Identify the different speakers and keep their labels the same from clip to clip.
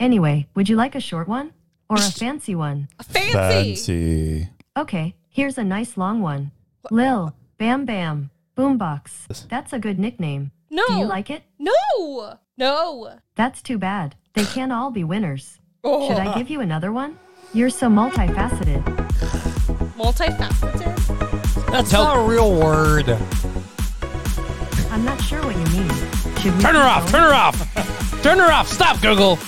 Speaker 1: Anyway, would you like a short one? Or a fancy one?
Speaker 2: A fancy.
Speaker 3: Fancy.
Speaker 1: Okay, here's a nice long one. Lil, Bam Bam, Boombox. That's a good nickname.
Speaker 2: No.
Speaker 1: Do you like it?
Speaker 2: No. No.
Speaker 1: That's too bad. They can't all be winners.
Speaker 2: Oh.
Speaker 1: Should I give you another one? You're so multifaceted.
Speaker 2: Multifaceted.
Speaker 4: That's not a real word.
Speaker 1: I'm not sure what you mean. Should we
Speaker 4: Turn her
Speaker 1: keep going?
Speaker 4: off. Turn her off. Turn her off. Stop, Google.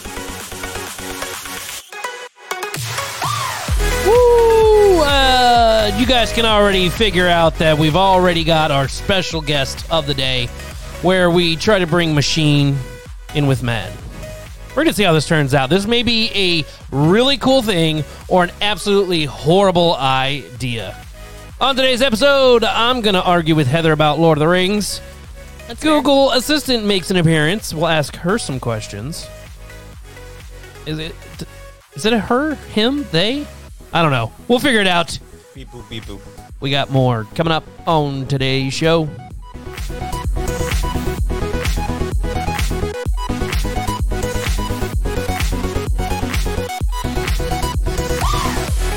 Speaker 4: Woo! Uh, you guys can already figure out that we've already got our special guest of the day, where we try to bring machine in with man. We're gonna see how this turns out. This may be a really cool thing or an absolutely horrible idea. On today's episode, I'm gonna argue with Heather about Lord of the Rings.
Speaker 2: That's
Speaker 4: Google Assistant makes an appearance. We'll ask her some questions. Is it is it a her, him, they? I don't know. We'll figure it out.
Speaker 3: Beep boop beep boop.
Speaker 4: We got more coming up on today's show.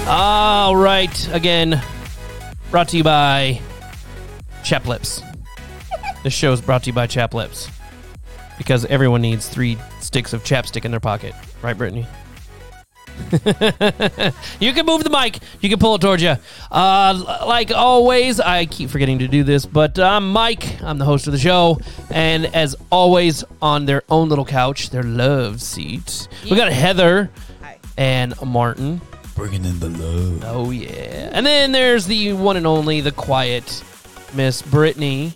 Speaker 4: All right, again, brought to you by Chap Lips. This show is brought to you by Chap Lips because everyone needs three sticks of chapstick in their pocket, right, Brittany? you can move the mic. You can pull it towards you. Uh, l- like always, I keep forgetting to do this, but I'm Mike. I'm the host of the show, and as always, on their own little couch, their love seat, we got Heather and Martin.
Speaker 3: Bringing in the love.
Speaker 4: Oh yeah. And then there's the one and only, the quiet Miss Brittany,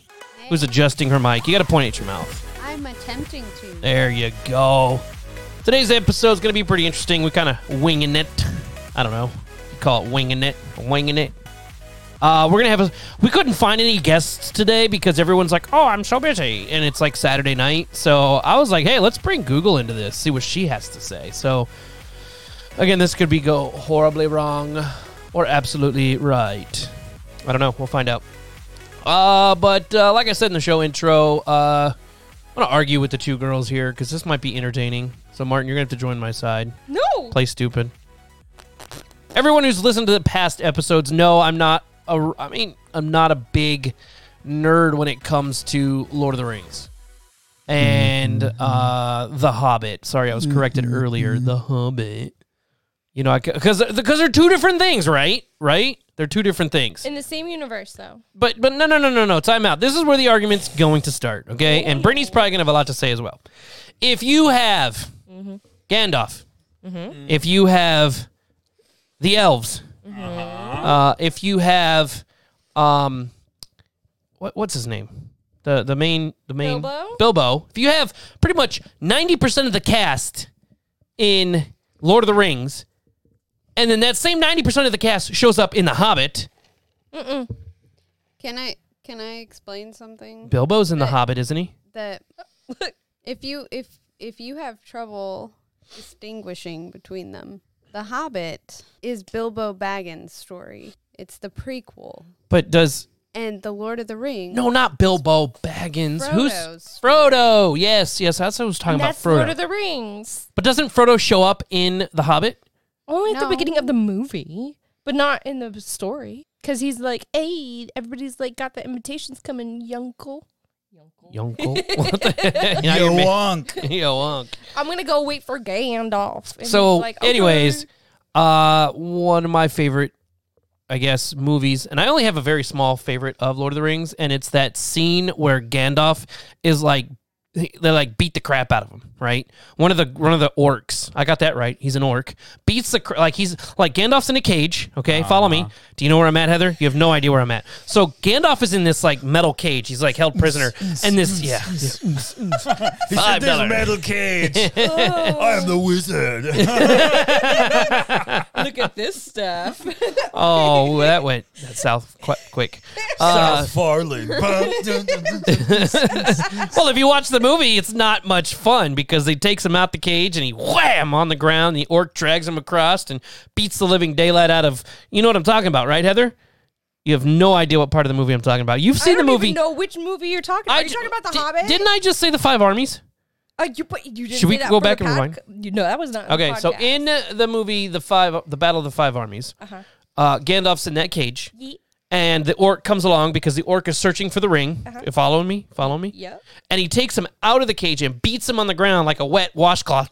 Speaker 4: who's adjusting her mic. You got to point at your mouth.
Speaker 5: I'm attempting to.
Speaker 4: There you go. Today's episode is going to be pretty interesting. We're kind of winging it. I don't know. You call it winging it, winging it. Uh, we're gonna have a. We couldn't find any guests today because everyone's like, "Oh, I'm so busy," and it's like Saturday night. So I was like, "Hey, let's bring Google into this, see what she has to say." So again, this could be go horribly wrong or absolutely right. I don't know. We'll find out. Uh, but uh, like I said in the show intro, uh, I'm gonna argue with the two girls here because this might be entertaining. So Martin, you're gonna have to join my side.
Speaker 2: No.
Speaker 4: Play stupid. Everyone who's listened to the past episodes know I'm not a. I mean, I'm not a big nerd when it comes to Lord of the Rings and uh, The Hobbit. Sorry, I was corrected earlier. The Hobbit. You know, because because they're two different things, right? Right? They're two different things.
Speaker 2: In the same universe, though.
Speaker 4: But but no no no no no time out. This is where the argument's going to start, okay? And Brittany's probably gonna have a lot to say as well. If you have Gandalf, if you have the elves, uh, if you have um, what what's his name? The the main the main
Speaker 2: Bilbo?
Speaker 4: Bilbo. If you have pretty much ninety percent of the cast in Lord of the Rings, and then that same ninety percent of the cast shows up in The Hobbit.
Speaker 5: Can I can I explain something
Speaker 4: Bilbo's in The Hobbit, isn't he?
Speaker 5: that if you if if you have trouble distinguishing between them, The Hobbit is Bilbo Baggins' story. It's the prequel,
Speaker 4: But does
Speaker 5: and The Lord of the Rings.
Speaker 4: no, not Bilbo Baggins. Who's
Speaker 5: Frodo's
Speaker 4: Frodo? Yes, yes, that's what I was talking about.
Speaker 2: That's
Speaker 4: Frodo.
Speaker 2: Lord of the Rings.
Speaker 4: but doesn't Frodo show up in The Hobbit?
Speaker 2: Only at the
Speaker 5: No.
Speaker 2: beginning of the movie, but not in the story. Because he's like, hey, everybody's like got the invitations coming, Yunkle.
Speaker 4: Yunkel. what the heck? Now
Speaker 3: Yo,
Speaker 4: you're ma-
Speaker 3: wonk.
Speaker 4: Yo, Unc.
Speaker 2: I'm going to go wait for Gandalf. And
Speaker 4: So,
Speaker 2: he's like, "Okay."
Speaker 4: anyways, uh, one of my favorite, I guess, movies, and I only have a very small favorite of Lord of the Rings, and it's that scene where Gandalf is like, they like beat the crap out of him, right? One of the one of the orcs, I got that right. He's an orc. Beats the cr- like he's like Gandalf's in a cage. Okay, follow me. Do you know where I'm at, Heather? You have no idea where I'm at. So Gandalf is in this like metal cage. He's like held prisoner, and this yeah,
Speaker 3: He's
Speaker 4: Five
Speaker 3: in this
Speaker 4: dollars.
Speaker 3: metal cage. Oh. I am the wizard.
Speaker 2: Look at this stuff.
Speaker 4: oh that went south quite quick. Uh,
Speaker 3: Farley.
Speaker 4: Well, if you watch the movie, it's not much fun because he takes him out the cage and he wham on the ground. The orc drags him across and beats the living daylight out of. You know what I'm talking about, right, Heather? You have no idea what part of the movie I'm talking about. You've seen
Speaker 2: I don't
Speaker 4: the movie.
Speaker 2: even know which movie you're talking about. Are you
Speaker 4: ju-
Speaker 2: talking about The
Speaker 4: di-
Speaker 2: Hobbit?
Speaker 4: Didn't I just say the five armies?
Speaker 2: Uh, you but you didn't
Speaker 4: Should we
Speaker 2: say that
Speaker 4: go
Speaker 2: for the
Speaker 4: back and rewind?
Speaker 2: podca- You, no, that was not.
Speaker 4: Okay, so in the movie, the five, the Battle of the Five Armies,
Speaker 2: uh huh.
Speaker 4: uh, Gandalf's in that cage, and the orc comes along because the orc is searching for the ring. You Following me, follow me.
Speaker 2: Uh-huh. Yep.
Speaker 4: And he takes him out of the cage and beats him on the ground like a wet washcloth,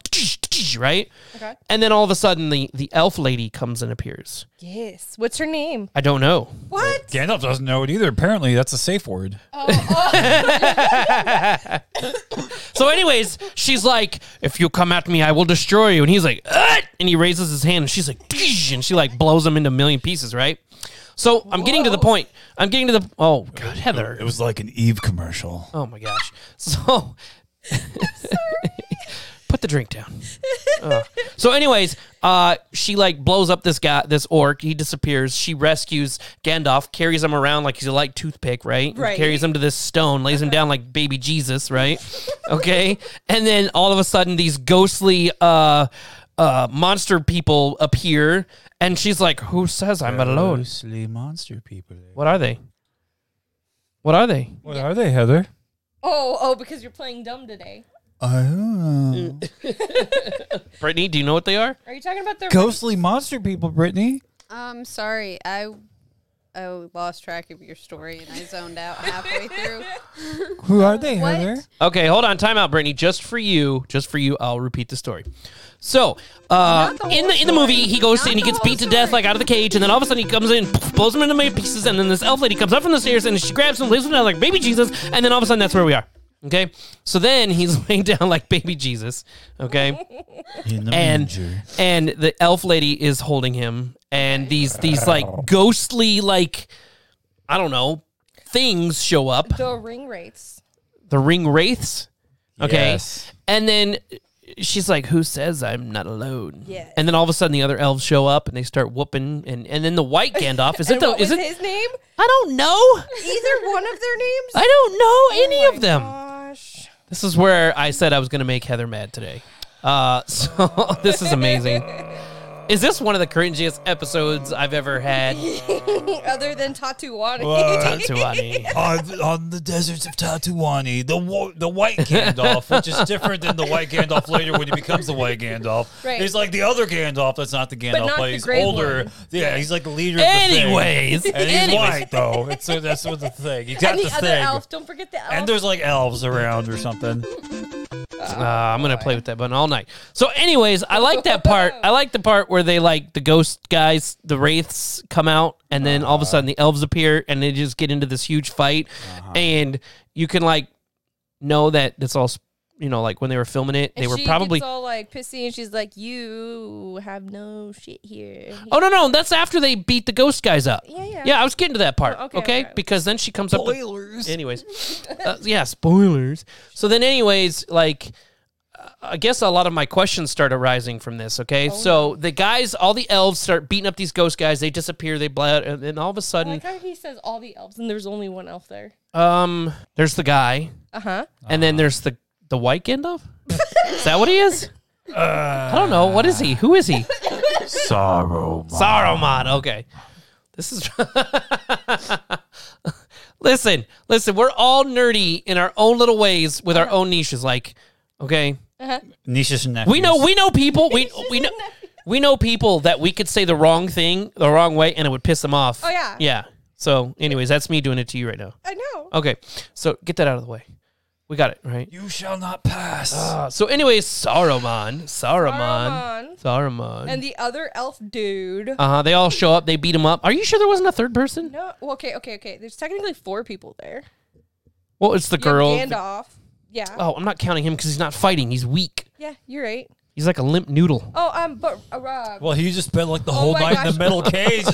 Speaker 4: right?
Speaker 2: Okay.
Speaker 4: And then all of a sudden, the the elf lady comes and appears.
Speaker 2: Yes. What's her name?
Speaker 4: I don't know.
Speaker 2: What?
Speaker 3: Gandalf doesn't know it either. Apparently, that's a safe word.
Speaker 2: Oh,
Speaker 4: So, anyways, she's like, "If you come at me, I will destroy you." And he's like, "Ugh!" and he raises his hand, and she's like, "Tsh!" and she like blows him into a million pieces, right? So I'm getting to the point. I'm getting to the oh god, Heather.
Speaker 3: It was like an Eve commercial.
Speaker 4: Oh my gosh. So put the drink down. Ugh. So, anyways, uh, she like blows up this guy, this orc. He disappears. She rescues Gandalf, carries him around like he's a light toothpick, right? And
Speaker 2: Right.
Speaker 4: Carries him to this stone, lays him down like baby Jesus, right? Okay. and then all of a sudden, these ghostly uh, uh, monster people appear, and she's like, "Who says I'm alone?
Speaker 3: Mostly monster people.
Speaker 4: What are they? What are they?"
Speaker 3: What are they, Heather?
Speaker 2: Oh, oh, because you're playing dumb today.
Speaker 3: Oh.
Speaker 4: Brittany, do you know what they are?
Speaker 2: Are you talking about their
Speaker 3: Ghostly monster people, Brittany.
Speaker 5: Um, sorry, I I lost track of your story and I zoned out halfway through.
Speaker 3: Who are they,
Speaker 5: What?
Speaker 3: Heather?
Speaker 4: Okay, hold on. Time out, Brittany. Just for you, just for you, I'll repeat the story. So, uh, in the in the movie, he goes and he gets beat to death, like out of the cage, and then all of a sudden he comes in, poof, blows him into many pieces, and then this elf lady comes up from the stairs and she grabs him, lays him down like baby Jesus, and then all of a sudden that's where we are. Okay, so then he's laying down like baby Jesus. Okay
Speaker 3: In the
Speaker 4: and and the elf lady is holding him and these these like ghostly like i don't know things show up
Speaker 2: the ring rates?
Speaker 4: the ring wraiths okay
Speaker 3: Yes.
Speaker 4: and then she's like who says i'm not alone
Speaker 2: Yes.
Speaker 4: and then all of a sudden the other elves show up and they start whooping and and then the white gandalf is it
Speaker 2: And
Speaker 4: the
Speaker 2: what
Speaker 4: is
Speaker 2: was
Speaker 4: it
Speaker 2: his name?
Speaker 4: i don't know
Speaker 2: Either one of their names?
Speaker 4: i don't
Speaker 2: Oh
Speaker 4: know any of them
Speaker 2: Gosh.
Speaker 4: This is where I said I was going to make Heather mad today. Uh, so this is amazing. Is this one of the cringiest episodes I've ever had?
Speaker 2: Other than Tatuani.
Speaker 4: Tatuani.
Speaker 3: on, on the deserts of Tatooine, the wa- the white Gandalf, which is different than the white Gandalf later when he becomes the white Gandalf.
Speaker 2: Right.
Speaker 3: He's like the other Gandalf. That's not the Gandalf.
Speaker 2: not the
Speaker 3: he's
Speaker 2: gray
Speaker 3: older.
Speaker 2: one.
Speaker 3: Yeah, he's like the leader.
Speaker 4: Anyways,
Speaker 3: of the thing. and he's
Speaker 4: anyways.
Speaker 3: white though. It's, so that's what the thing. He got
Speaker 2: and the
Speaker 3: the
Speaker 2: other
Speaker 3: thing.
Speaker 2: elf. Don't forget the elf.
Speaker 3: And there's like elves around or something.
Speaker 4: Uh, I'm gonna play with that button all night. So, anyways, I like that part. I like the part where they like the ghost guys, the wraiths come out, and then all of a sudden the elves appear, and they just get into this huge fight, and you can like know that it's all s- you know, like when they were filming it, they
Speaker 2: And
Speaker 4: were
Speaker 2: she
Speaker 4: probably
Speaker 2: gets all like pissy, and she's like, "You have no shit here."
Speaker 4: Oh no, no, that's after they beat the ghost guys up.
Speaker 2: Yeah, yeah.
Speaker 4: I was getting to that part.
Speaker 2: Oh,
Speaker 4: okay,
Speaker 2: okay, okay.
Speaker 4: because then she comes up. With,
Speaker 3: Spoilers.
Speaker 4: anyways, uh, yeah, spoilers. So then, anyways, like. uh, I guess a lot of my questions start arising from this. Okay, so the guys, all the elves, start beating up these ghost guys. They disappear. They bled, and then all of a
Speaker 2: I
Speaker 4: sudden,
Speaker 2: like how he says all the elves, and there's only one elf there.
Speaker 4: um, there's the guy,
Speaker 2: Uh huh.
Speaker 4: and then there's the the white Gandalf. is that what he is? I don't know. What is he? Who is he?
Speaker 3: Sorrow.
Speaker 4: Saruman. Okay. This is. listen, listen, we're all nerdy in our own little ways with our own niches. Like, okay.
Speaker 3: Nisha's nephew.
Speaker 4: We know we know people. We we know we know people that we could say the wrong thing the wrong way and it would piss them off.
Speaker 2: Oh, yeah.
Speaker 4: Yeah. So anyways, that's me doing it to you right now.
Speaker 2: I know.
Speaker 4: Okay. So get that out of the way. We got it, right?
Speaker 3: You shall not pass.
Speaker 4: Uh, so anyways, Saruman. Saruman.
Speaker 2: Saruman.
Speaker 4: Saruman.
Speaker 2: And the other elf dude.
Speaker 4: uh huh. They all show up. They beat him up. Are you sure there wasn't a third person?
Speaker 2: No. well, Okay. Okay. Okay. There's technically four people there.
Speaker 4: Well, it's the
Speaker 2: You have
Speaker 4: girl.
Speaker 2: Gandalf. Yeah.
Speaker 4: Oh, I'm not counting him because he's not fighting. He's weak.
Speaker 2: Yeah. You're right.
Speaker 4: He's like a limp noodle.
Speaker 2: Oh, um, but uh, Rob.
Speaker 3: well, he just spent like the whole
Speaker 2: Oh my
Speaker 3: night in
Speaker 2: gosh.
Speaker 3: the metal cage.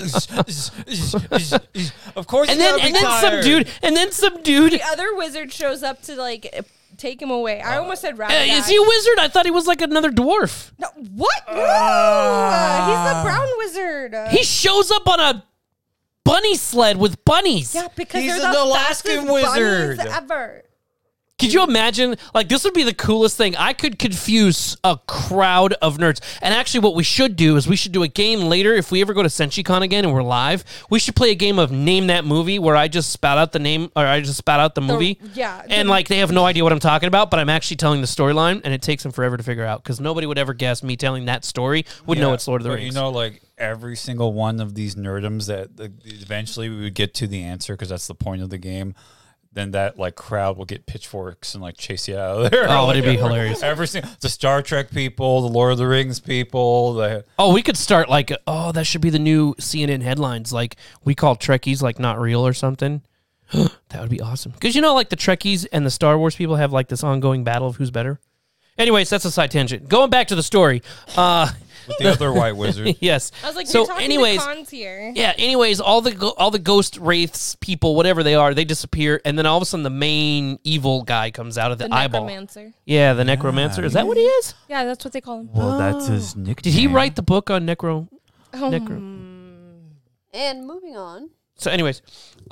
Speaker 3: of course,
Speaker 4: And
Speaker 3: he's
Speaker 4: then
Speaker 3: gotta be
Speaker 4: and then some
Speaker 3: tired.
Speaker 4: dude and then some dude.
Speaker 2: the other wizard shows up to like uh, take him away. I almost said Rob.
Speaker 4: Uh, is he a wizard? I thought he was like another dwarf.
Speaker 2: No, what? No. he's the brown wizard.
Speaker 4: He shows up on a bunny sled with bunnies.
Speaker 2: Yeah, because
Speaker 3: He's
Speaker 2: they're
Speaker 3: an
Speaker 2: the fastest
Speaker 3: Alaskan
Speaker 2: bunnies
Speaker 3: wizard.
Speaker 2: ever.
Speaker 4: Could you imagine? Like, this would be the coolest thing. I could confuse a crowd of nerds. And actually, what we should do is we should do a game later if we ever go to SenshiCon again and we're live. We should play a game of name that movie where I just spout out the name or I just spout out the movie.
Speaker 2: yeah, the-
Speaker 4: And like they have no idea what I'm talking about, but I'm actually telling the storyline, and it takes them forever to figure out because nobody would ever guess me telling that story would know
Speaker 3: Yeah,
Speaker 4: it's Lord of the
Speaker 3: but
Speaker 4: Rings.
Speaker 3: You know, like every single one of these nerdums that like, eventually we would get to the answer because that's the point of the game. Then that like crowd will get pitchforks and like chase you out of there.
Speaker 4: Oh,
Speaker 3: Like,
Speaker 4: it'd be
Speaker 3: every-
Speaker 4: hilarious.
Speaker 3: Every single the Star Trek people, the Lord of the Rings people, the
Speaker 4: Oh, we could start like, oh, that should be the new CNN headlines. Like, we call Trekkies like not real or something. that would be awesome. Because, you know, like the Trekkies and the Star Wars people have like this ongoing battle of who's better. Anyways, that's a side tangent. Going back to the story. Uh,
Speaker 3: with the other White Wizard.
Speaker 4: yes.
Speaker 2: I was like,
Speaker 4: so,
Speaker 2: you're talking
Speaker 4: anyways,
Speaker 2: to cons here.
Speaker 4: yeah. Anyways, all the go- all the ghost wraiths people, whatever they are, they disappear, and then all of a sudden, the main evil guy comes out of the,
Speaker 2: The
Speaker 4: eyeball.
Speaker 2: necromancer.
Speaker 4: Yeah, the necromancer. Is that what he is?
Speaker 2: Yeah, that's what they call him.
Speaker 3: Well, that's his nickname.
Speaker 4: Did he write the book on necro?
Speaker 2: Oh,
Speaker 4: necro?
Speaker 5: And moving on.
Speaker 4: So, anyways,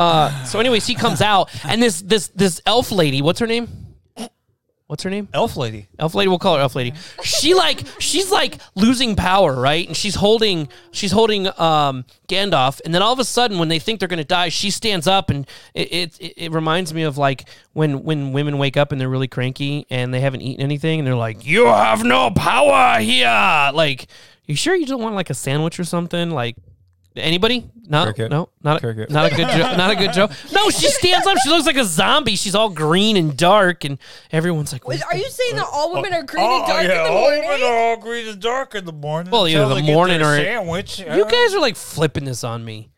Speaker 4: uh, so anyways, he comes out, and this this this elf lady, what's her name? What's her name?
Speaker 3: Elf Lady?
Speaker 4: Elf lady. We'll call her elf lady. She like she's like losing power, right? And she's holding she's holding um, Gandalf, and then all of a sudden, when they think they're gonna die, she stands up, and it it, it, it reminds me of like when when women wake up and they're really cranky and they haven't eaten anything, and they're like, "You have no power here." Like, you sure you don't want like a sandwich or something? Like. Anybody? No,
Speaker 3: Cricket.
Speaker 4: no, not a,
Speaker 3: Cricket.
Speaker 4: not a good joke. Not a good joke. No, she stands up. She looks like a zombie. She's all green and dark, and everyone's like, "What
Speaker 2: Are you saying that all women are
Speaker 3: Oh,
Speaker 2: green and dark in the
Speaker 3: all
Speaker 2: morning?
Speaker 3: women are all green and dark in the morning.
Speaker 4: Well, either
Speaker 3: until
Speaker 4: the
Speaker 3: they get
Speaker 4: morning
Speaker 3: their
Speaker 4: or-
Speaker 3: sandwich.
Speaker 4: You guys are like flipping this on me.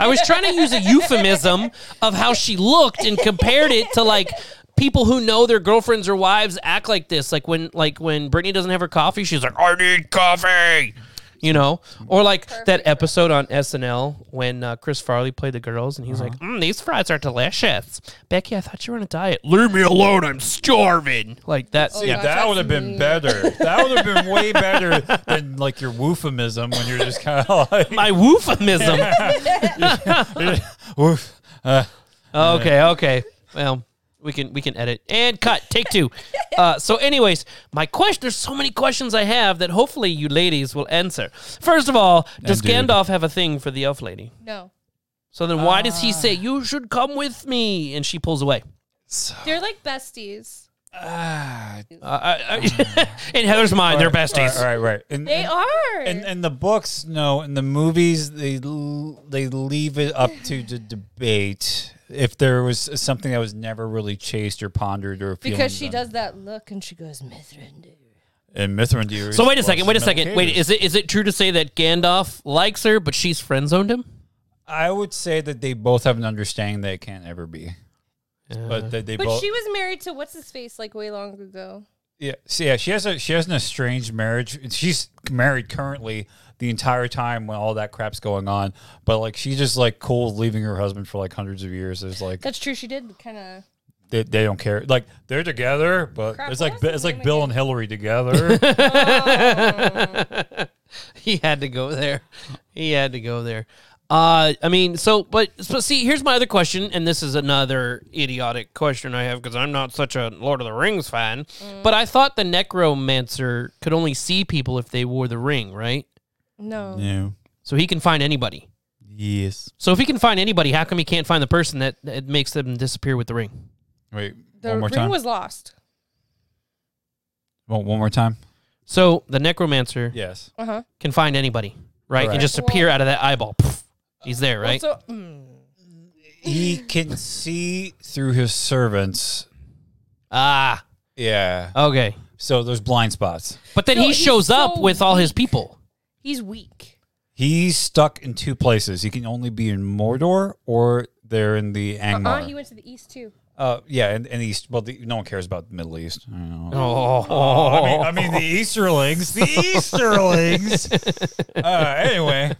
Speaker 4: I was trying to use a euphemism of how she looked and compared it to like people who know their girlfriends or wives act like this. Like when like when Brittany doesn't have her coffee, she's like, I need coffee. You know, or like that episode on SNL when uh, Chris Farley played the girls, and he's like, mm, "These fries are delicious." Becky, I thought you were on a diet. Leave me alone. I'm starving. Like that.
Speaker 3: See,
Speaker 4: yeah.
Speaker 3: that would have been better. That would have been way better than like your woofemism when you're just kind of like
Speaker 4: My woofemism.
Speaker 3: woof. Uh,
Speaker 4: Okay, okay. Well, we can we can edit and cut. Take two. Uh, so, anyways, my question. There's so many questions I have that hopefully you ladies will answer. First of all, does
Speaker 3: dude.
Speaker 4: Gandalf have a thing for the elf lady?
Speaker 2: No.
Speaker 4: So then, why does he say you should come with me? And she pulls away.
Speaker 2: They're like besties.
Speaker 3: ah,
Speaker 4: Uh, I, I, in Heather's mind, they're besties.
Speaker 3: All right, all right. right. And,
Speaker 2: They
Speaker 3: and,
Speaker 2: are.
Speaker 3: And, and the books, no. In the movies, they l- they leave it up to the debate if there was something that was never really chased or pondered or
Speaker 2: because she
Speaker 3: feelings on.
Speaker 2: does that look and she goes, Mithrandu.
Speaker 3: And Mithrandir.
Speaker 4: So wait a second. Wait a second. Wait, is it is it true to say that Gandalf likes her, but she's friend zoned him?
Speaker 3: I would say that they both have an understanding that it can't ever be, but that they
Speaker 2: But
Speaker 3: both.
Speaker 2: she was married to what's his face like way long ago.
Speaker 3: Yeah, so yeah, she has a she has an estranged marriage. She's married currently the entire time when all that crap's going on. But like she's just like cool with leaving her husband for like hundreds of years. There's like
Speaker 2: That's true. She did kind of.
Speaker 3: they, they don't care. Like they're together, but
Speaker 2: Crap,
Speaker 3: it's
Speaker 2: what
Speaker 3: like
Speaker 2: was
Speaker 3: Bi-
Speaker 2: his
Speaker 3: it's like
Speaker 2: name
Speaker 3: Bill
Speaker 2: again?
Speaker 3: and Hillary together.
Speaker 4: he had to go there. He had to go there. Uh, I mean, so, but, so see, here's my other question, and this is another idiotic question I have because I'm not such a Lord of the Rings fan.
Speaker 2: Mm.
Speaker 4: But I thought the necromancer could only see people if they wore the ring, right?
Speaker 2: No.
Speaker 3: no.
Speaker 4: So he can find anybody.
Speaker 3: Yes.
Speaker 4: So if he can find anybody, how come he can't find the person that, that makes them disappear with the ring?
Speaker 3: Wait.
Speaker 2: The
Speaker 3: one more
Speaker 2: ring
Speaker 3: time.
Speaker 2: was lost.
Speaker 3: Oh, one, one more time.
Speaker 4: So the necromancer
Speaker 3: Yes.
Speaker 2: Uh huh.
Speaker 4: can find anybody, right? And
Speaker 3: Correct.
Speaker 4: just appear out of that eyeball. Poof. he's there, right?
Speaker 2: So, mm,
Speaker 3: He can see through his servants.
Speaker 4: ah,
Speaker 3: Yeah.
Speaker 4: okay.
Speaker 3: So there's blind spots.
Speaker 4: But then
Speaker 2: No,
Speaker 4: he
Speaker 2: he's
Speaker 4: shows up
Speaker 2: so
Speaker 4: with all his people.
Speaker 2: he's weak.
Speaker 3: He's stuck in two places. He can only be in Mordor or they're in the
Speaker 2: Uh uh
Speaker 3: Angmar.
Speaker 2: He went to the east too.
Speaker 3: Uh, yeah, and, and East. Well, the, no one cares about the Middle East. I don't know.
Speaker 4: Oh,
Speaker 3: I, mean, I mean, the Easterlings. The Easterlings. uh, anyway,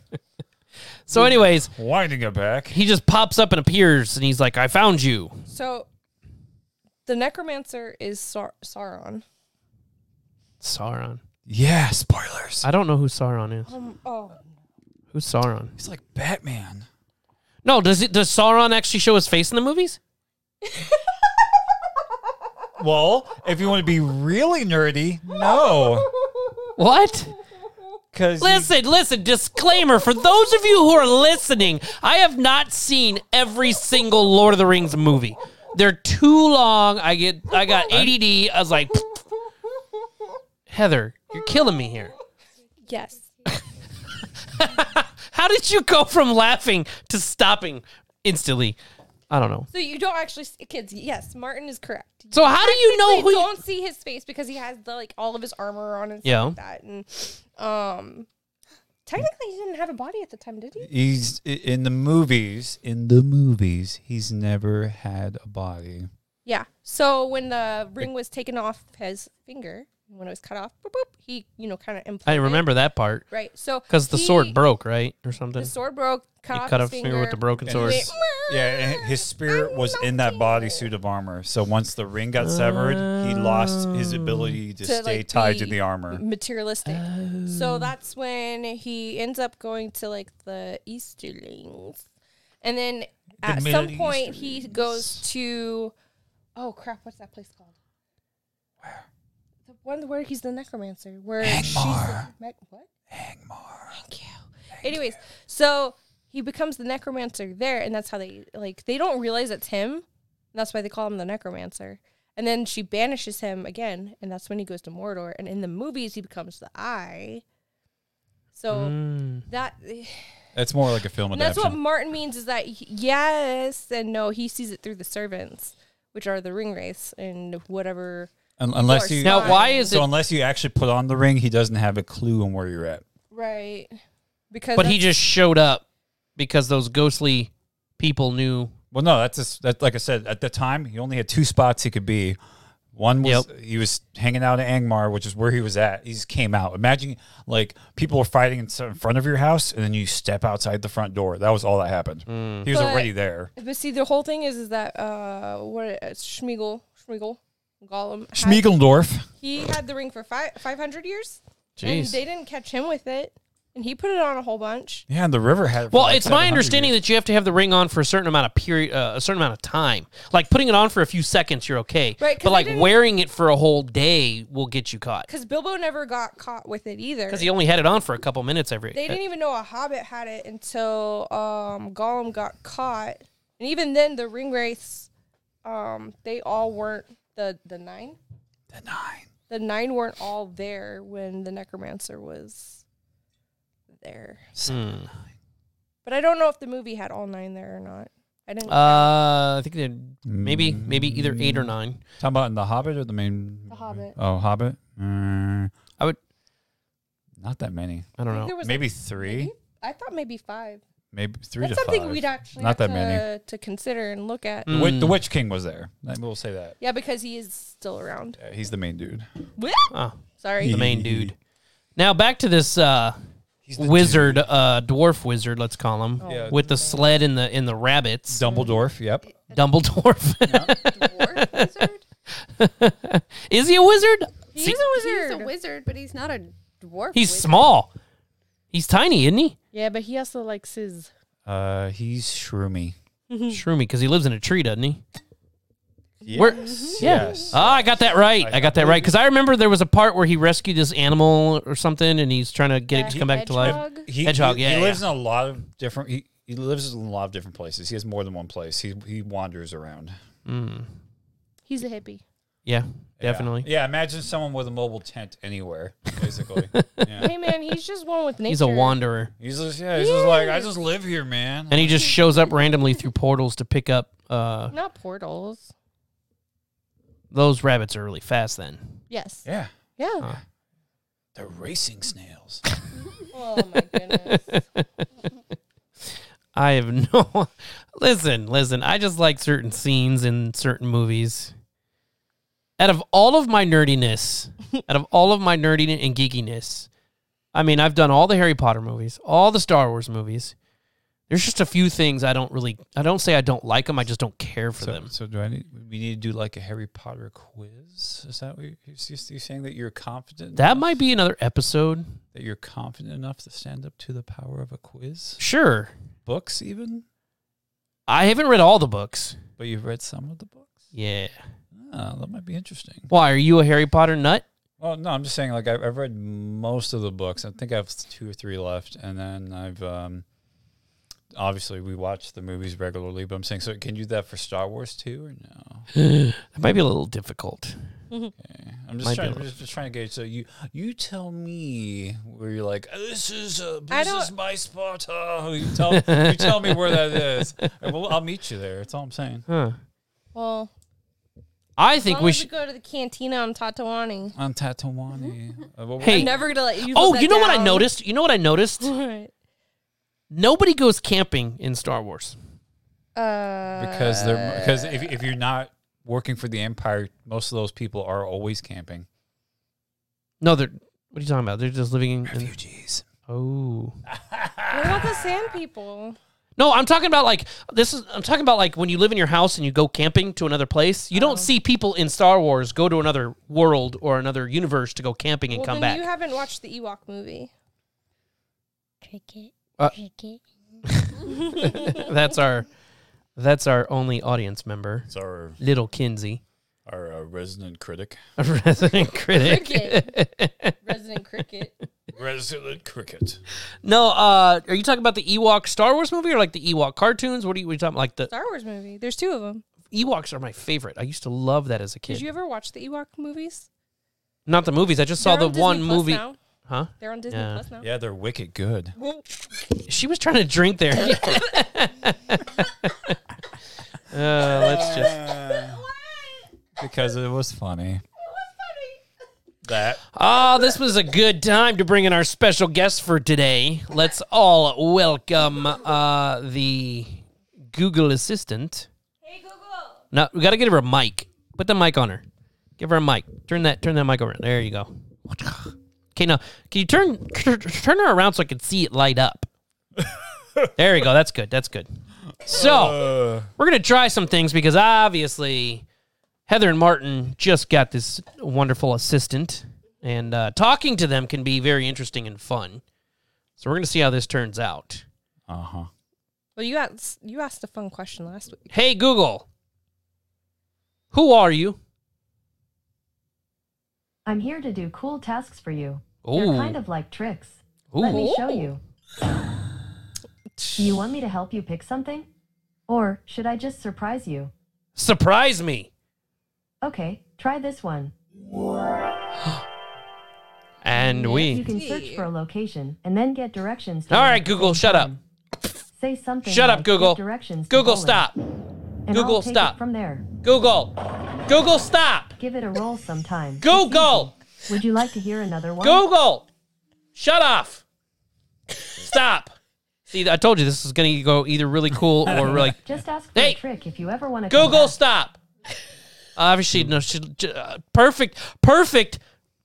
Speaker 4: so, anyways,
Speaker 3: winding it back.
Speaker 4: he just pops up and appears, and he's like, "I found you."
Speaker 2: So, the necromancer is Sar- Sauron.
Speaker 4: Sauron.
Speaker 3: Yeah, spoilers.
Speaker 4: I don't know who Sauron is.
Speaker 2: Um, oh,
Speaker 4: Who's Sauron?
Speaker 3: He's like Batman.
Speaker 4: No, does it? Does Sauron actually show his face in the movies?
Speaker 3: well, if you want to be really nerdy, no,
Speaker 4: What?
Speaker 3: because
Speaker 4: Listen, listen, disclaimer for those of you who are listening, I have not seen every single Lord of the Rings movie. They're too long. I get I got ADD. I was like Heather, you're killing me here.
Speaker 2: Yes.
Speaker 4: How did you go from laughing to stopping instantly? I don't know.
Speaker 2: So you don't actually see kids. Yes, Martin is correct.
Speaker 4: So how do you know who
Speaker 2: Technically,
Speaker 4: you-
Speaker 2: don't see his face because he has the, like all of his armor on and stuff
Speaker 4: Yeah.
Speaker 2: like that. And um, technically, he didn't have a body at the time, did he?
Speaker 3: he's i- in the movies. In the movies, he's never had a body.
Speaker 2: Yeah. So when the ring was taken off his finger, when it was cut off, boop, boop, he you know kind of imploded.
Speaker 4: I remember that part
Speaker 2: Right. So
Speaker 4: cuz the
Speaker 2: he-
Speaker 4: sword broke, right? Or something.
Speaker 2: The sword broke. Cut
Speaker 4: He
Speaker 2: off
Speaker 4: cut
Speaker 2: his
Speaker 4: off his finger with the broken
Speaker 3: And
Speaker 4: sword.
Speaker 3: his- yeah, and his spirit was in that bodysuit of armor. So once the ring got severed, he lost his ability to,
Speaker 2: To,
Speaker 3: stay
Speaker 2: like,
Speaker 3: tied to
Speaker 2: be-
Speaker 3: the armor.
Speaker 2: materialistic.
Speaker 4: Oh.
Speaker 2: So that's when he ends up going to like the Easterlings. And then at
Speaker 3: Middle
Speaker 2: some point he goes to oh crap, what's that place called? Where? The one where he's the necromancer. Where Angmar. she's the, me- what? Angmar. Thank you. Anyways, so he becomes the necromancer there, and that's how they like they don't realize it's him. and that's why they call him the necromancer. And then she banishes him again, and that's when he goes to Mordor. And in the movies, he becomes the Eye. So that eh,
Speaker 3: That's more like a film
Speaker 2: and that's
Speaker 3: adaptation.
Speaker 2: what Martin means is that he- yes and no, he sees it through the servants, which are the ring race and whatever.
Speaker 3: unless
Speaker 2: course.
Speaker 3: you
Speaker 4: Now, why is
Speaker 3: so
Speaker 4: it
Speaker 3: unless you actually put on the ring, he doesn't have a clue on where you're at.
Speaker 2: Right. Because
Speaker 4: But he
Speaker 2: that's-
Speaker 4: just showed up because those ghostly people knew.
Speaker 3: Well, no, that's just, that. Like I said, at the time, he only had two spots he could be. One was he was hanging out at Angmar, which is where he was at. He just came out. Imagine like people were fighting in in front of your house, and then you step outside the front door. That was all that happened. He was
Speaker 2: But-
Speaker 3: already there.
Speaker 2: But see, the whole thing is is that uh, what uh, Schmiegel, Schmiegel, Gollum, had-
Speaker 3: Schmiegeldorf.
Speaker 2: he had the ring for five five hundred years, and
Speaker 4: Jeez.
Speaker 2: they didn't catch him with it, and he put it on a whole bunch.
Speaker 3: Yeah, and the river had. it for
Speaker 4: Well,
Speaker 3: like
Speaker 4: it's my
Speaker 3: 700
Speaker 4: understanding
Speaker 3: years.
Speaker 4: that you have to have the ring on for a certain amount of period, uh, a certain amount of time. Like putting it on for a few seconds, you're okay.
Speaker 2: Right, 'cause
Speaker 4: But
Speaker 2: they
Speaker 4: like
Speaker 2: didn't-
Speaker 4: wearing it for a whole day will get you caught
Speaker 2: Because Bilbo never got caught with it either.
Speaker 4: because he only had it on for a couple minutes every.
Speaker 2: They didn't even know a hobbit had it until um, Gollum got caught, and even then, the ring race, um, they all weren't the the nine.
Speaker 3: The nine.
Speaker 2: The nine weren't all there when the necromancer was there.
Speaker 4: Hmm.
Speaker 2: But I don't know if the movie had all nine there or not. I didn't.
Speaker 4: Uh, I think they maybe maybe either eight or
Speaker 2: Mm.
Speaker 4: nine.
Speaker 3: Talking about in the Hobbit or the main. The
Speaker 2: Hobbit.
Speaker 3: Oh, Hobbit. Mm,
Speaker 4: I would.
Speaker 3: not that many.
Speaker 4: I don't
Speaker 2: I think
Speaker 4: know.
Speaker 2: there was
Speaker 3: Maybe three.
Speaker 2: Maybe, I thought maybe five.
Speaker 3: Maybe three
Speaker 2: That's
Speaker 3: to
Speaker 2: something
Speaker 3: five.
Speaker 2: we'd actually
Speaker 3: Not
Speaker 2: have
Speaker 3: that
Speaker 2: to,
Speaker 3: many. Mm.
Speaker 2: to consider and look at.
Speaker 3: The
Speaker 4: Hmm.
Speaker 3: Witch, the Witch King was there. We'll say that.
Speaker 2: Yeah, because he is still around.
Speaker 3: Yeah, he's the main dude.
Speaker 4: Oh,
Speaker 2: Sorry.
Speaker 4: the main dude. Now back to this uh, wizard, uh, dwarf wizard, let's call him,
Speaker 2: Oh,
Speaker 3: Yeah.
Speaker 4: with the sled and the in the rabbits.
Speaker 3: Dumbledore. Yep.
Speaker 4: Dumbledore.
Speaker 5: Dwarf wizard?
Speaker 4: Is he a wizard? See,
Speaker 2: He's a wizard.
Speaker 5: He's a wizard, but he's not a dwarf.
Speaker 4: he's
Speaker 5: wizard.
Speaker 4: small. He's tiny, isn't he?
Speaker 2: yeah, but he also likes his.
Speaker 3: Uh, he's shroomy.
Speaker 2: Mm-hmm.
Speaker 4: Shroomy, because he lives in a tree, doesn't he?
Speaker 3: Yes.
Speaker 4: Where-
Speaker 2: Mm-hmm.
Speaker 3: Yes.
Speaker 4: Ah, I got that right. I got that right because I remember there was a part where he rescued this animal or something, and he's trying to get it to come back to life.
Speaker 2: hedgehog?
Speaker 3: He,
Speaker 4: Hedgehog,
Speaker 3: He,
Speaker 4: yeah,
Speaker 3: he
Speaker 4: yeah.
Speaker 3: lives in a lot of different. He, he lives in a lot of different places. He has more than one place. He he wanders around.
Speaker 2: He's a hippie.
Speaker 4: Yeah,
Speaker 3: Yeah.
Speaker 4: definitely.
Speaker 3: Yeah. Imagine someone with a mobile tent anywhere. Basically. yeah.
Speaker 2: hey man, he's just one with nature.
Speaker 4: He's a wanderer,
Speaker 3: He's just yeah. He's just like I just live here, man.
Speaker 4: and he just shows up randomly through portals to pick up. Uh,
Speaker 2: Not portals.
Speaker 4: those rabbits are really fast. Then
Speaker 2: Yes.
Speaker 3: yeah.
Speaker 2: Yeah.
Speaker 3: They're racing snails.
Speaker 2: Oh my goodness.
Speaker 4: I have no. listen, listen. I just like certain scenes in certain movies. Out of all of my nerdiness, out of all of my nerdiness and geekiness, I mean, I've done all the Harry Potter movies, all the Star Wars movies. There's just a few things I don't really. I don't say I don't like them. I just don't care for
Speaker 3: So,
Speaker 4: them.
Speaker 3: so do I need? We need to do like a Harry Potter quiz. Is that what you're, you're, you're saying that you're confident?
Speaker 4: That might be another episode.
Speaker 3: that you're confident enough to stand up to the power of a quiz?
Speaker 4: Sure,
Speaker 3: Books, even?
Speaker 4: I haven't read all the books.
Speaker 3: But you've read some of the books?
Speaker 4: Yeah,
Speaker 3: oh, that might be interesting.
Speaker 4: Why are you a Harry Potter nut?
Speaker 3: Well, no, I'm just saying, like, I've, I've read most of the books. I think I have two or three left. And then I've, um, obviously, we watch the movies regularly, but I'm saying, so can you do that for Star Wars too, or no?
Speaker 4: That might be a little difficult.
Speaker 3: I'm
Speaker 4: Might
Speaker 3: just
Speaker 4: be
Speaker 3: trying,
Speaker 4: able to-
Speaker 3: just, just trying to gauge. So you, you tell me where you're like, this is, uh,
Speaker 2: I
Speaker 3: this is
Speaker 2: don't-
Speaker 3: my Sparta. You tell, you tell me where that is. And well, I'll meet you there. That's all I'm saying.
Speaker 4: Huh.
Speaker 2: Well,
Speaker 4: I
Speaker 2: I
Speaker 4: think we
Speaker 2: we
Speaker 4: should.
Speaker 2: go to the cantina on Tatawani.
Speaker 3: On Tatawani. Uh, well,
Speaker 4: Hey,
Speaker 2: I'm never gonna let you.
Speaker 4: Oh,
Speaker 2: put
Speaker 4: you
Speaker 2: that
Speaker 4: know what I
Speaker 2: down.
Speaker 4: noticed? You know what I noticed?
Speaker 2: What?
Speaker 4: Nobody goes camping in Star Wars.
Speaker 2: Uh,
Speaker 3: because they're because if, if you're not working for the empire most of those people are always camping
Speaker 4: No, they're. What are you talking about? They're just living in. in
Speaker 3: refugees
Speaker 4: oh.
Speaker 2: what about the sand people?
Speaker 4: No, I'm talking about like this is I'm talking about like when you live in your house and you go camping to another place, you
Speaker 2: Oh.
Speaker 4: don't see people in Star Wars go to another world or another universe to go camping and
Speaker 2: well,
Speaker 4: come
Speaker 2: then
Speaker 4: back.
Speaker 2: you haven't watched the Ewok movie.
Speaker 4: that's our that's our only audience member,
Speaker 3: it's our
Speaker 4: little Kinsey,
Speaker 3: our uh, resident critic
Speaker 4: a resident critic.
Speaker 2: Cricket. Resident cricket.
Speaker 3: resident cricket
Speaker 4: No, uh are you talking about the Ewok Star Wars movie or like the Ewok cartoons? What are you, what are you talking like the
Speaker 2: Star Wars movie. There's two of them.
Speaker 4: Ewoks are my favorite. I used to love that as a
Speaker 2: Did
Speaker 4: kid.
Speaker 2: you ever watch the Ewok movies?
Speaker 4: Not the movies. I just saw
Speaker 2: They're on
Speaker 4: the
Speaker 2: Disney
Speaker 4: one
Speaker 2: Plus
Speaker 4: movie.
Speaker 2: Now.
Speaker 4: Huh?
Speaker 2: They're on Disney
Speaker 4: Yeah.
Speaker 2: Plus now.
Speaker 3: yeah they're wicked good
Speaker 4: She was trying to drink there. uh, Uh, let's just.
Speaker 3: because it was funny that
Speaker 4: Oh, this was a good time to bring in our special guest for today. Let's all welcome uh, the Google Assistant. Hey Google. No, we got to give her a mic. Put the mic on her. Give her a mic. Turn that. Turn that mic around. There you go. Okay, now can you turn turn her around so I can see it light up? there you go. That's good. That's good. So.
Speaker 3: uh,
Speaker 4: we're gonna try some things because obviously Heather and Martin just got this wonderful assistant, and uh, talking to them can be very interesting and fun. So we're gonna see how this turns out.
Speaker 3: uh-huh
Speaker 2: Well, you asked you asked a fun question last week.
Speaker 4: Hey Google, who are you?
Speaker 1: I'm here to do cool tasks for you. They're
Speaker 4: Ooh,
Speaker 1: kind of like tricks. Let
Speaker 4: ooh,
Speaker 1: me show you. Do you want me to help you pick something? Or should I just surprise you?
Speaker 4: surprise me!
Speaker 1: Okay, try this one.
Speaker 4: And
Speaker 1: You
Speaker 4: we.
Speaker 1: can search for a location and then get directions. to
Speaker 4: All
Speaker 1: it
Speaker 4: right,
Speaker 1: at the
Speaker 4: Google,
Speaker 1: same
Speaker 4: shut up.
Speaker 1: time. Say something.
Speaker 4: Shut up,
Speaker 1: like,
Speaker 4: Google.
Speaker 1: "Get Directions to
Speaker 4: Google,
Speaker 1: bowling,"
Speaker 4: stop.
Speaker 1: and I'll
Speaker 4: Google,
Speaker 1: take it
Speaker 4: stop.
Speaker 1: From there,
Speaker 4: Google, Google, stop.
Speaker 1: give it a roll sometime. It's
Speaker 4: Google,
Speaker 1: easy. Would you like to hear another one?
Speaker 4: Google, shut off. Stop. See, I told you this is gonna go either really cool or really
Speaker 1: Just ask for a
Speaker 4: Hey!
Speaker 1: trick if you ever want to.
Speaker 4: Google, stop. Obviously, no. She j- uh, perfect, perfect.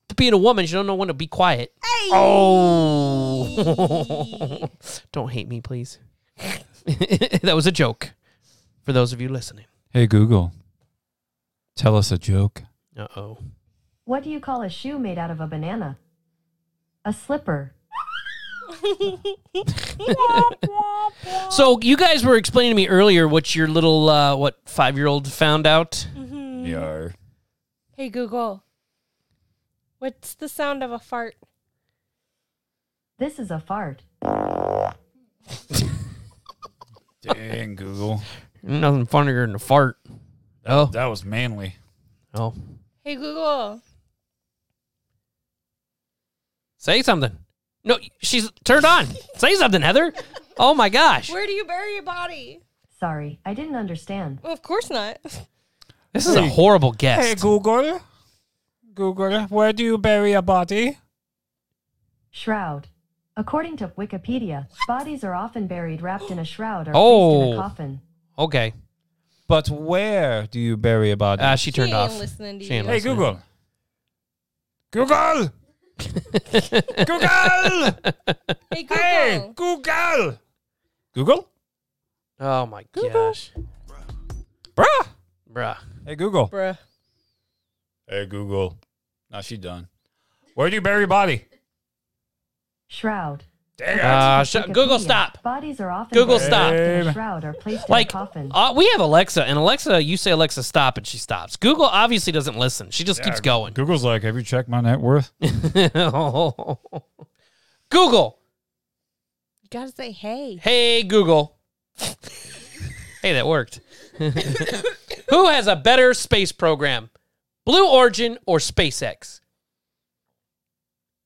Speaker 4: To being a woman, she don't know when to be quiet. Oh, don't hate me, please. that was a joke for those of you listening.
Speaker 3: hey google tell us a joke
Speaker 4: Uh oh.
Speaker 1: What do you call a shoe made out of a banana? A slipper.
Speaker 4: So you guys were explaining to me earlier what your little uh, what five year old found out.
Speaker 3: yeah
Speaker 2: Hey Google, what's the sound of a fart?
Speaker 1: This is a fart.
Speaker 3: dang google
Speaker 4: Nothing funnier than a fart. Oh,
Speaker 3: that was manly
Speaker 4: oh.
Speaker 2: Hey Google,
Speaker 4: Say something. No, she's turned on. Say something, Heather. Oh my gosh.
Speaker 2: where do you bury your body?
Speaker 1: Sorry, I didn't understand.
Speaker 2: Well, of course not.
Speaker 4: This is a horrible guest.
Speaker 3: google google where do you bury a body
Speaker 1: Shroud. According to Wikipedia, bodies are often buried wrapped in a shroud or placed
Speaker 4: Oh.
Speaker 1: in a coffin.
Speaker 4: okay.
Speaker 3: But where do you bury a body?
Speaker 4: Uh, she
Speaker 2: She
Speaker 4: turned
Speaker 2: ain't
Speaker 4: off.
Speaker 2: listening to
Speaker 4: She
Speaker 2: you.
Speaker 4: ain't
Speaker 3: hey, Google. Google! Google!
Speaker 2: Hey Google,
Speaker 3: Hey, Google! Google?
Speaker 4: Oh my gosh.
Speaker 3: Bruh!
Speaker 4: Bruh.
Speaker 3: Hey, Google.
Speaker 2: bruh.
Speaker 3: Hey, Google. Now she done. Where do you bury a body?
Speaker 1: Shroud.
Speaker 3: Dang it.
Speaker 4: Uh, sh- Google,
Speaker 1: Wikipedia,
Speaker 4: stop.
Speaker 1: Bodies are often
Speaker 4: Google,
Speaker 1: buried
Speaker 4: stop.
Speaker 1: in
Speaker 3: Babe.
Speaker 1: a shroud or placed in
Speaker 4: Like,
Speaker 1: a coffin.
Speaker 4: uh, we have Alexa, and Alexa, you say Alexa stop, and she stops. Google obviously doesn't listen; she just keeps going.
Speaker 3: Google's like, have you checked my net worth?
Speaker 4: Google,
Speaker 2: You gotta say, hey.
Speaker 4: hey Google, hey, that worked. Who has a better space program, Blue Origin or SpaceX?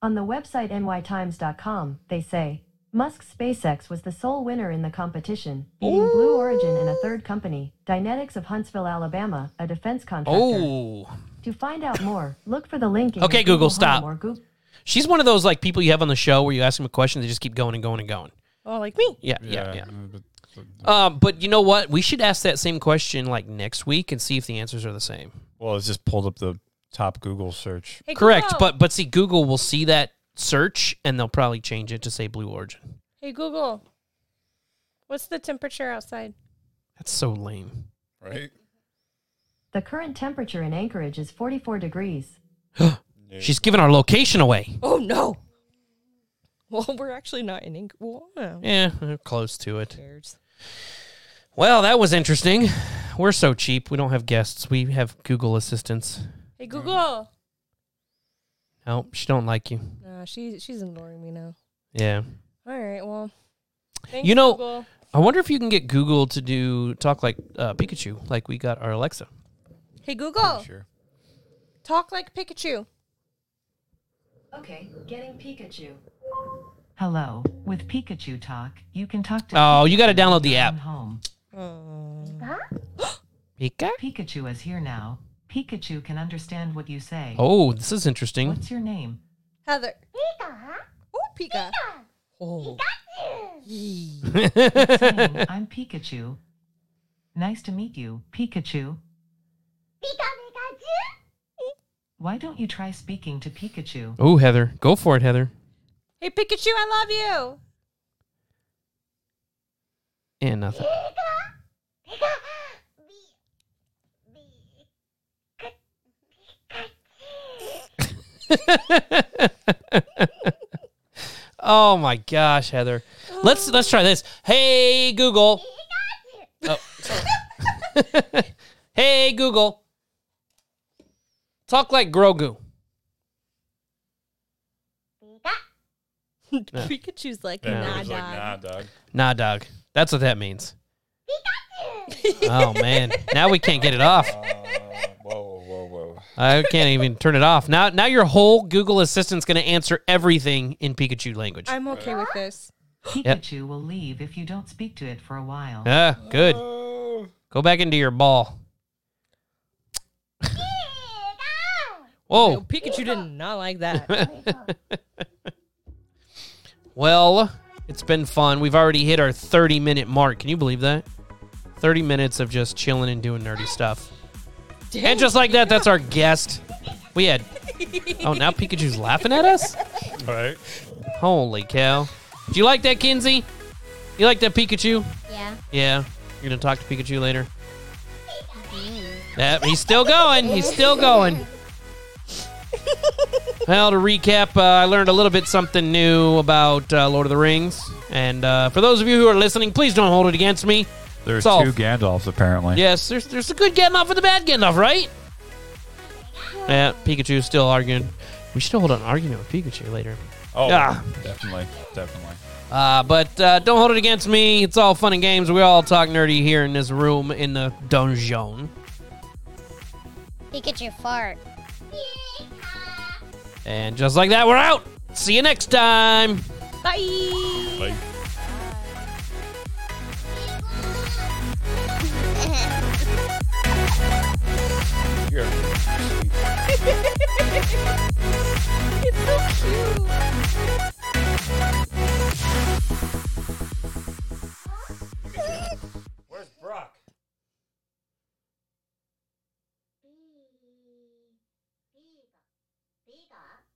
Speaker 1: On the website nytimes.com, they say Musk SpaceX was the sole winner in the competition, beating Blue Origin and a third company, Dynetics of Huntsville, Alabama, a defense contractor.
Speaker 4: Oh,
Speaker 1: To find out more, look for the link in
Speaker 4: Okay,
Speaker 1: your
Speaker 4: Google,
Speaker 1: Home
Speaker 4: stop.
Speaker 1: or Goog-
Speaker 4: she's one of those like people you have on the show where you ask them a question, they just keep going and going and going.
Speaker 2: Oh, like me.
Speaker 4: Yeah, yeah, yeah.
Speaker 3: but-
Speaker 4: Um, but you know what? We should ask that same question like next week and see if the answers are the same.
Speaker 3: Well, it's just pulled up the top Google search.
Speaker 2: Hey,
Speaker 4: Correct,
Speaker 2: Google.
Speaker 4: but but see, Google will see that search and they'll probably change it to say Blue Origin.
Speaker 2: Hey, Google. What's the temperature outside?
Speaker 4: That's so lame.
Speaker 3: Right?
Speaker 1: The current temperature in Anchorage is 44 degrees.
Speaker 4: She's giving our location away.
Speaker 2: Oh, no. Well, we're actually not in ink. Well, no.
Speaker 4: Yeah, uh, close to it.
Speaker 2: Cares.
Speaker 4: Well, that was interesting. We're so cheap. We don't have guests. We have Google assistants.
Speaker 2: Hey, Google.
Speaker 4: No, she don't like you.
Speaker 2: No, she, she's ignoring me now.
Speaker 4: Yeah.
Speaker 2: All right, well. Thanks,
Speaker 4: You know-
Speaker 2: Google.
Speaker 4: I wonder if you can get Google to do talk like uh, Pikachu, like we got our Alexa.
Speaker 2: Hey, Google.
Speaker 3: Sure.
Speaker 2: Talk like Pikachu.
Speaker 1: Okay, getting Pikachu. Hello, with Pikachu Talk, you can talk to
Speaker 4: Oh, you got to download the app.
Speaker 1: home.
Speaker 4: Pika.
Speaker 1: Pikachu is here now. Pikachu can understand what you say.
Speaker 4: Oh, this is interesting.
Speaker 1: your name?
Speaker 2: Heather. Pika. Pika. Oh, Pika.
Speaker 1: Saying, I'm Pikachu. Nice to meet you, Pikachu. Why don't you try speaking to Pikachu?
Speaker 4: Oh, Heather, go for it, Heather.
Speaker 2: Hey, Pikachu, I love you.
Speaker 4: And nothing. oh my gosh, Heather. Let's let's try this. Hey Google. Oh. hey Google. Talk like Grogu.
Speaker 2: Pikachu's like, nah,
Speaker 3: Everybody's
Speaker 2: dog.
Speaker 3: like, nah, dog.
Speaker 4: Nah, dog. That's what that means. oh man, now we can't get it off.
Speaker 3: Whoa, whoa, whoa.
Speaker 4: I can't even turn it off. Now, now your whole Google Assistant's going to answer everything in Pikachu language.
Speaker 2: I'm okay with this.
Speaker 6: Pikachu will leave if you don't speak to it for a while.
Speaker 4: Ah, good. Go back into your ball.
Speaker 2: Oh,
Speaker 4: Whoa.
Speaker 2: Pikachu did not like that.
Speaker 4: Well, it's been fun. We've already hit our 30 minute mark. Can you believe that? 30 minutes of just chilling and doing nerdy stuff. And just like that, that's our guest. We had. Oh, now Pikachu's laughing at us?
Speaker 3: All right.
Speaker 4: Holy cow. Do you like that, Kinsey? You like that Pikachu?
Speaker 7: Yeah.
Speaker 4: Yeah. You're going to talk to Pikachu later? Yep, he's still going. He's still going. well, to recap, uh, I learned a little bit something new about uh, Lord of the Rings. And uh, for those of you who are listening, please don't hold it against me.
Speaker 3: There's
Speaker 4: It's all-
Speaker 3: two Gandalfs, apparently.
Speaker 4: Yes, there's there's a good getting off and the bad getting off, right? Yeah, Pikachu's still arguing. We should hold an argument with Pikachu later.
Speaker 3: Oh,
Speaker 4: Ah.
Speaker 3: definitely. Definitely.
Speaker 4: Uh, but uh, don't hold it against me. It's all fun and games. We all talk nerdy here in this room in the dungeon.
Speaker 7: Pikachu fart.
Speaker 4: And just like that, we're out. See you next time.
Speaker 2: Bye.
Speaker 3: You're-
Speaker 2: it's so cute.
Speaker 3: Where's Brock?
Speaker 7: Pika. Pika.